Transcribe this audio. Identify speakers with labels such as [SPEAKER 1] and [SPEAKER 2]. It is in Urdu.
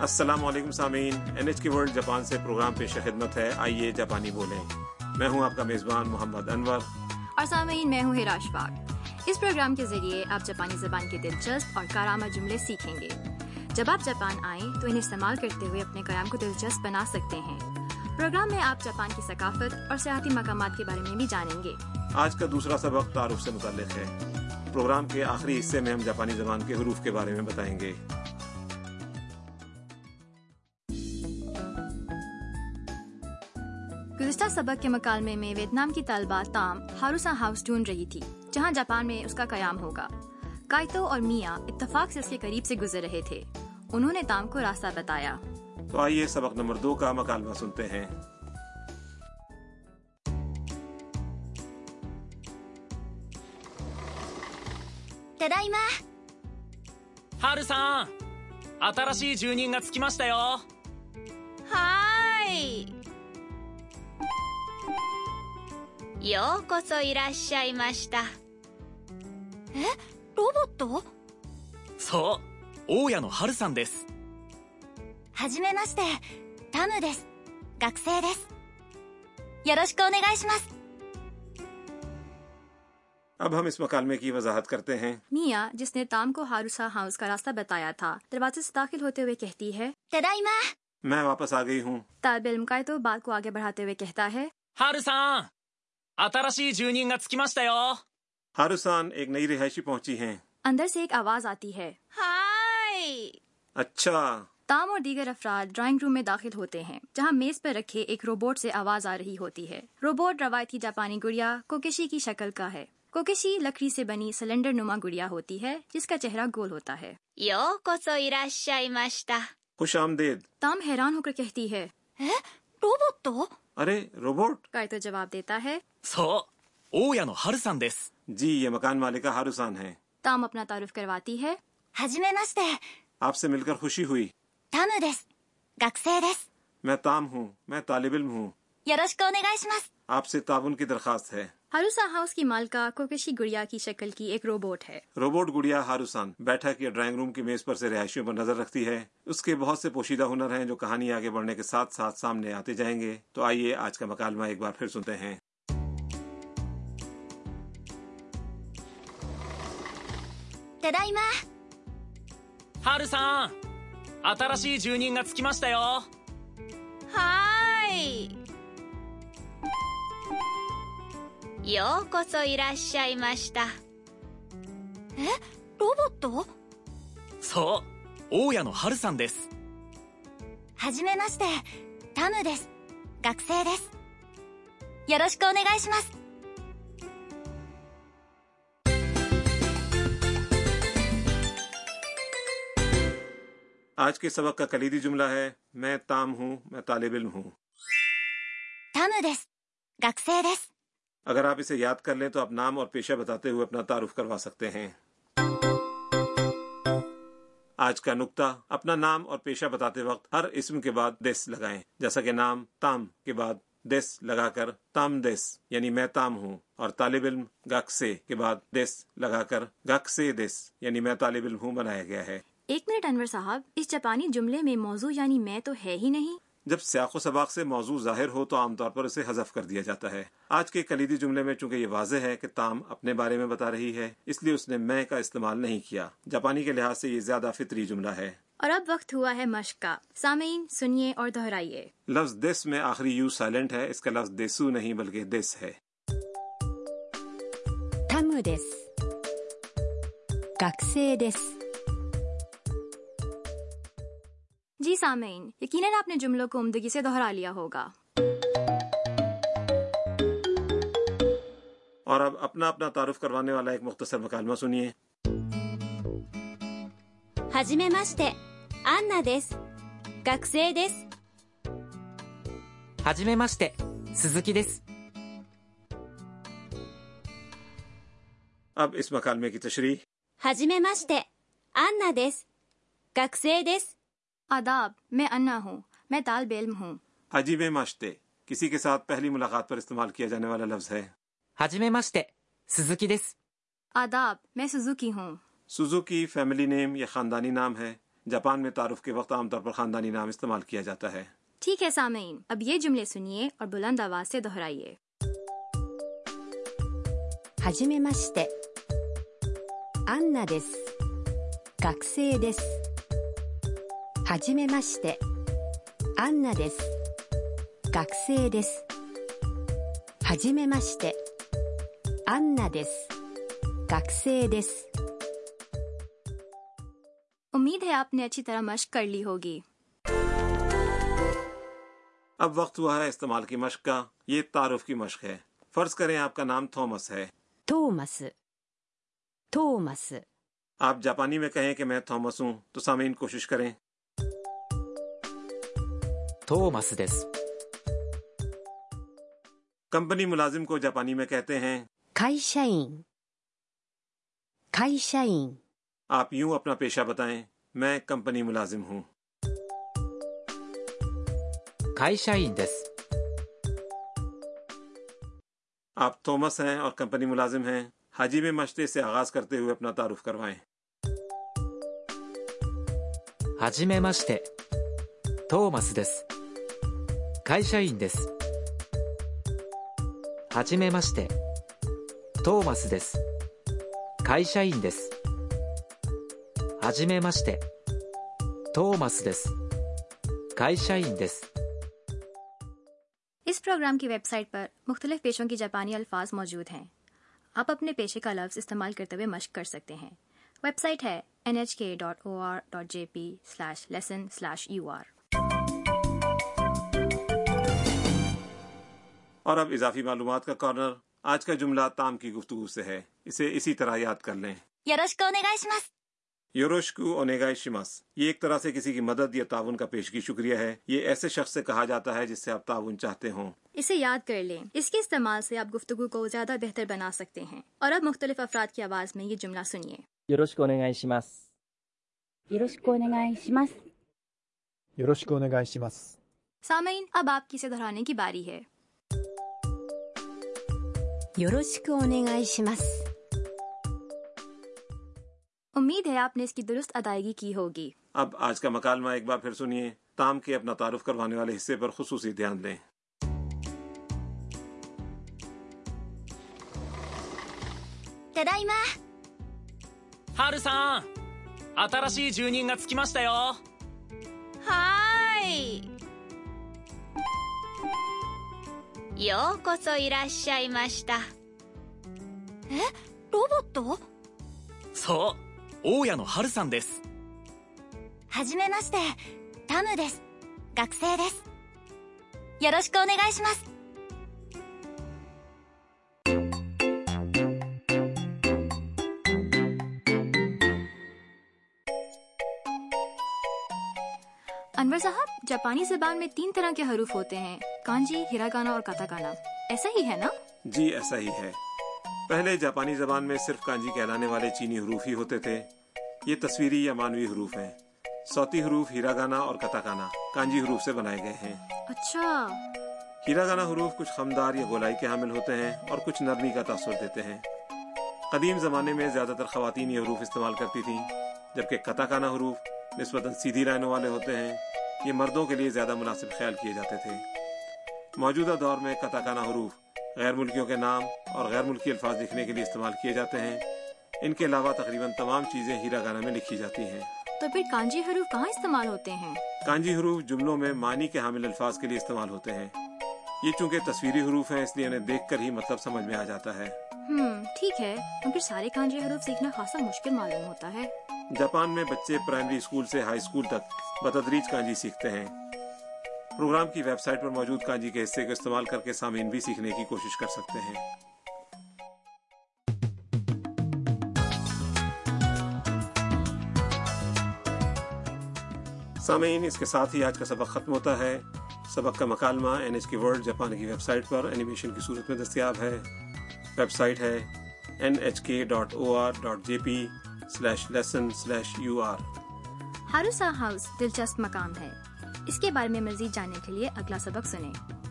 [SPEAKER 1] السلام علیکم سامعین N H K world Japan سے پروگرام پیش خدمت ہے آئیے جاپانی بولیں میں ہوں آپ کا میزبان محمد انور
[SPEAKER 2] اور سامعین میں ہوں ہراش باغ اس پروگرام کے ذریعے آپ جاپانی زبان کے دلچسپ اور کارآمد جملے سیکھیں گے جب آپ جاپان آئیں تو انہیں استعمال کرتے ہوئے اپنے قیام کو دلچسپ بنا سکتے ہیں پروگرام میں آپ جاپان کی ثقافت اور سیاحتی مقامات کے بارے میں بھی جانیں گے
[SPEAKER 1] آج کا دوسرا سبق تعارف سے متعلق ہے پروگرام کے آخری حصے میں ہم جاپانی زبان کے حروف کے بارے میں بتائیں گے
[SPEAKER 2] گزشتہ سبق کے مکالمے میں ویتنام کی طالبہ تام ہاروسا ہاؤس ڈھونڈ رہی تھی جہاں جاپان میں اس کا قیام ہوگا کائتو اور میاں اتفاق سے اس کے قریب سے گزر رہے تھے انہوں نے تام کو راستہ بتایا
[SPEAKER 1] تو آئیے سبق نمبر دو کا مکالمہ سنتے ہیں
[SPEAKER 3] ただいま
[SPEAKER 4] ハルさん新しい住人がつきましたよ
[SPEAKER 3] はーいようこそいらっしゃいましたえロボット
[SPEAKER 4] そう大家のハルさんです
[SPEAKER 3] はじめましてタムです学生ですよろしくお願いします
[SPEAKER 1] اب ہم اس مکالمے کی وضاحت کرتے ہیں
[SPEAKER 2] میاں جس نے تام کو ہاروسا ہاؤس کا راستہ بتایا تھا دروازے سے داخل ہوتے ہوئے کہتی ہے
[SPEAKER 3] ただいま
[SPEAKER 1] میں واپس آ گئی ہوں
[SPEAKER 2] طالب علم کائتو بات کو آگے بڑھاتے ہوئے کہتا ہے
[SPEAKER 4] ハルさん新しい住人がつきましたよ
[SPEAKER 1] ہاروسان ایک نئی رہائشی پہنچی ہیں
[SPEAKER 2] اندر سے ایک آواز آتی ہے
[SPEAKER 3] はーい
[SPEAKER 1] اچھا
[SPEAKER 2] تام اور دیگر افراد ڈرائنگ روم میں داخل ہوتے ہیں جہاں میز پر رکھے ایک روبوٹ سے آواز آ رہی ہوتی ہے روبوٹ روایتی جاپانی گڑیا کوکشی کی شکل کا ہے کوکشی لکڑی سے بنی سلنڈر نما گڑیا ہوتی ہے جس کا چہرہ گول ہوتا ہے
[SPEAKER 3] ようこそいらっしゃいました
[SPEAKER 1] خوش آمدید
[SPEAKER 2] تام حیران ہو کر کہتی ہے
[SPEAKER 3] えロボット
[SPEAKER 1] ارے روبوٹ
[SPEAKER 2] کائتو جواب دیتا ہے
[SPEAKER 4] そう大家のハルさんです
[SPEAKER 1] جی یہ مکان مالکہ ہاروسان ہیں
[SPEAKER 2] تام اپنا تعارف کرواتی ہے
[SPEAKER 3] はじめまして
[SPEAKER 1] آپ سے مل کر خوشی ہوئی
[SPEAKER 3] タムです学生です
[SPEAKER 1] میں تام ہوں میں طالب علم ہوں
[SPEAKER 3] よろしくお願いします
[SPEAKER 1] آپ سے تعاون کی درخواست ہے
[SPEAKER 2] ہاروسا ہاؤس کی مالکہ کوکشی گڑیا کی شکل کی ایک روبوٹ ہے
[SPEAKER 1] روبوٹ گڑیا ہاروسان بیٹھک یا ڈرائنگ روم کی میز پر سے رہائشیوں پر نظر رکھتی ہے اس کے بہت سے پوشیدہ ہنر ہیں جو کہانی آگے بڑھنے کے ساتھ ساتھ سامنے آتے جائیں گے تو آئیے آج کا مکالمہ ایک بار پھر سنتے ہیں
[SPEAKER 3] ただいま
[SPEAKER 4] ハルさん新しい住人がつきましたよ
[SPEAKER 3] はーいようこそいらっしゃいましたえロボット
[SPEAKER 4] そう大家のハルさんです
[SPEAKER 3] はじめましてタムです学生ですよろしくお願いします
[SPEAKER 1] آج کے سبق کا کلیدی جملہ ہے میں تام ہوں میں طالب علم ہوں
[SPEAKER 3] タムです学生です
[SPEAKER 1] اگر آپ اسے یاد کر لیں تو آپ نام اور پیشہ بتاتے ہوئے اپنا تعارف کروا سکتے ہیں آج کا نقطہ اپنا نام اور پیشہ بتاتے وقت ہر اسم کے بعد دیس لگائیں جیسا کہ نام تام کے بعد دیس لگا کر تام دیس یعنی میں تام ہوں اور طالب علم گک سے کے بعد دیس لگا کر گک سے دیس یعنی میں طالب علم ہوں بنایا گیا ہے
[SPEAKER 2] ایک منٹ انور صاحب اس جاپانی جملے میں موضوع یعنی میں تو ہے ہی نہیں
[SPEAKER 1] جب سیاق و سباق سے موضوع ظاہر ہو تو عام طور پر اسے حذف کر دیا جاتا ہے آج کے کلیدی جملے میں چونکہ یہ واضح ہے کہ تام اپنے بارے میں بتا رہی ہے اس لیے اس نے میں کا استعمال نہیں کیا جاپانی کے لحاظ سے یہ زیادہ فطری جملہ ہے
[SPEAKER 2] اور اب وقت ہوا ہے مشق کا سامعین سنیے اور دہرائیے
[SPEAKER 1] لفظ دس میں آخری یو سائلنٹ ہے اس کا لفظ دیسو نہیں بلکہ دس ہے
[SPEAKER 5] タムです学生です
[SPEAKER 2] جی سامعین یقیناً آپ نے جملوں کو عمدگی سے دہرا لیا ہوگا
[SPEAKER 1] اور اب اپنا اپنا تعارف کروانے والا ایک مختصر مکالمہ سنیے
[SPEAKER 3] はじめましてアンナです学生です
[SPEAKER 6] はじめまして鈴木です
[SPEAKER 1] اب اس مکالمے کی تشریح
[SPEAKER 3] はじめましてアンナです学生です
[SPEAKER 2] آداب میں انا ہوں میں طالب علم ہوں
[SPEAKER 1] عجیب ماشتے کسی کے ساتھ پہلی ملاقات پر استعمال کیا جانے والا لفظ ہے
[SPEAKER 6] はじめまして鈴木です
[SPEAKER 2] آداب میں سزوکی ہوں
[SPEAKER 1] سوزوکی فیملی نیم یا خاندانی نام ہے جاپان میں تعارف کے وقت عام طور پر خاندانی نام استعمال کیا جاتا ہے
[SPEAKER 2] ٹھیک ہے سامعین اب یہ جملے سنیے اور بلند آواز سے دہرائیے
[SPEAKER 5] はじめましてアンナです学生ですはじめましてアンナです学生ですはじめましてアンナです学生です
[SPEAKER 2] امید ہے آپ نے اچھی طرح مشق کر لی ہوگی
[SPEAKER 1] اب وقت ہوا ہے استعمال کی مشق کا یہ تعارف کی مشق ہے فرض کریں آپ کا نام تھامس ہے
[SPEAKER 5] トーマストーマス
[SPEAKER 1] آپ جاپانی میں کہیں کہ میں تھامس ہوں تو سامعین کوشش کریں
[SPEAKER 6] トーマスです。
[SPEAKER 1] کمپنی ملازم کو جاپانی میں کہتے ہیں
[SPEAKER 5] 会社員会社員
[SPEAKER 1] آپ یوں اپنا پیشہ بتائیں میں کمپنی ملازم ہوں
[SPEAKER 6] 会社員です。
[SPEAKER 1] آپ تھامس ہیں اور کمپنی ملازم ہیں حاجی میں مشتے سے آغاز کرتے ہوئے اپنا تعارف کروائیں
[SPEAKER 6] はじめまして。トーマスです。会社員です。はじめまして。トーマスです。会社員です。はじめまして。トーマスです。会社員です。
[SPEAKER 2] اس پروگرام کی ویب سائٹ پر مختلف پیشوں کی جاپانی الفاظ موجود ہیں آپ اپنے پیشے کا لفظ استعمال کرتے ہوئے مشق کر سکتے ہیں ویب سائٹ ہے N H K dot O R dot J P slash lesson slash U R
[SPEAKER 1] اور اب اضافی معلومات کا کارنر آج کا جملہ تام کی گفتگو سے ہے اسے اسی طرح یاد کر لیں
[SPEAKER 3] よろしくお願いします。
[SPEAKER 1] یوروشکو اونیگائے شماس یہ ایک طرح سے کسی کی مدد یا تعاون کا پیشگی شکریہ ہے یہ ایسے شخص سے کہا جاتا ہے جس سے آپ تعاون چاہتے ہوں
[SPEAKER 2] اسے یاد کر لیں اس کے استعمال سے آپ گفتگو کو زیادہ بہتر بنا سکتے ہیں اور اب مختلف افراد کی آواز میں یہ جملہ سنیے
[SPEAKER 7] よろしくお願いします。
[SPEAKER 5] よろしくお願いします
[SPEAKER 8] よろしくお願いします。
[SPEAKER 2] سامعین اب آپ کی اسے دہرانے کی باری ہے
[SPEAKER 5] よろしくお願いします
[SPEAKER 2] امید ہے آپ نے اس کی درست ادائیگی کی ہوگی
[SPEAKER 1] اب آج کا مکالمہ ایک بار پھر سنیے تام کے اپنا تعارف کروانے والے حصے پر خصوصی دھیان دیں
[SPEAKER 3] ただいま。
[SPEAKER 4] ハルさん新しい住人がつきましたよ
[SPEAKER 3] はーい。ようこそいらっしゃいました。えロボット
[SPEAKER 4] そう大家のハルさんです
[SPEAKER 3] はじめまして。タムです。学生です。よろしくお願いします。
[SPEAKER 2] انور صاحب جاپانی زبان میں تین طرح کے حروف ہوتے ہیں کانجی ہیراگانا اور کاتاکانا ایسا ہی ہے نا
[SPEAKER 1] جی ایسا ہی ہے پہلے جاپانی زبان میں صرف کانجی کہلانے والے چینی حروف ہی ہوتے تھے یہ تصویری یا مانوی حروف ہیں سوتی حروف ہیرا گانا اور کتاکانا کانجی حروف سے بنائے گئے ہیں
[SPEAKER 2] اچھا
[SPEAKER 1] ہیرا گانا حروف کچھ خمدار یا گولائی کے حامل ہوتے ہیں اور کچھ نرمی کا تاثر دیتے ہیں قدیم زمانے میں زیادہ تر خواتین یہ حروف استعمال کرتی تھیں جبکہ کتاکانا حروف نسبتاً سیدھی رائنوں والے ہوتے ہیں یہ مردوں کے لیے زیادہ مناسب خیال کیے جاتے تھے موجودہ دور میں کتاکانا حروف غیر ملکیوں کے نام اور غیر ملکی الفاظ لکھنے کے لیے استعمال کیے جاتے ہیں ان کے علاوہ تقریباً تمام چیزیں ہیرا گانا میں لکھی جاتی ہیں
[SPEAKER 2] تو پھر کانجی حروف کہاں استعمال ہوتے ہیں
[SPEAKER 1] کانجی حروف جملوں میں معنی کے حامل الفاظ کے لیے استعمال ہوتے ہیں یہ چونکہ تصویری حروف ہیں اس لیے انہیں دیکھ کر ہی مطلب سمجھ میں آ جاتا ہے
[SPEAKER 2] ہم ٹھیک ہے مگر سارے کانجی حروف سیکھنا خاصا مشکل معلوم ہوتا ہے
[SPEAKER 1] جاپان میں بچے پرائمری اسکول سے ہائی اسکول تک بتدریج کانجی سیکھتے ہیں پروگرام کی ویب سائٹ پر موجود کانجی کے حصے کو استعمال کر کے سامعین بھی سیکھنے کی کوشش کر سکتے ہیں سامعین اس کے ساتھ ہی آج کا سبق ختم ہوتا ہے سبق کا مکالمہ N H K world Japan کی ویب سائٹ پر اینیمیشن کی صورت میں دستیاب ہے ویب سائٹ ہے N H K dot O R dot J P slash lesson slash U R
[SPEAKER 2] ہاروسا ہاؤس دلچسپ مقام ہے اس کے بارے میں مزید جاننے کے لیے اگلا سبق سنیں